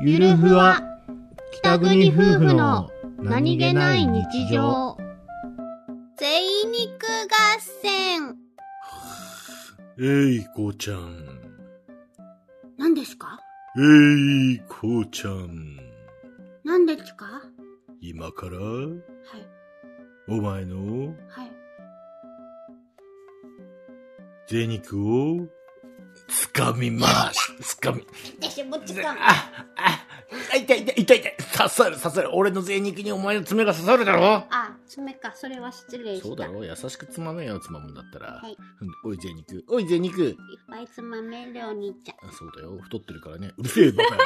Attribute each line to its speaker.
Speaker 1: ゆるふわ北国夫婦の何気ない日常
Speaker 2: 贅肉合戦
Speaker 3: えいこちゃん。
Speaker 2: 何ですか
Speaker 3: えいこちゃん。
Speaker 2: 何ですかは
Speaker 3: 今から、
Speaker 2: い
Speaker 3: お前の
Speaker 2: はい
Speaker 3: 贅肉を、つかみます。つかみ、
Speaker 2: 私もちか
Speaker 4: あ、あ、痛い痛い痛い痛い。刺さる刺さる。俺の贅肉にお前の爪が刺さるだろ
Speaker 2: あ爪かそれは失礼した
Speaker 4: そうだろ優しくつまめよ、つまむんだったら。
Speaker 2: はい
Speaker 4: うんおい贅肉、おい贅肉。
Speaker 2: いっぱいつまめるお兄ちゃん
Speaker 4: あそうだよ、太ってるからね。うるせえ、バカ野郎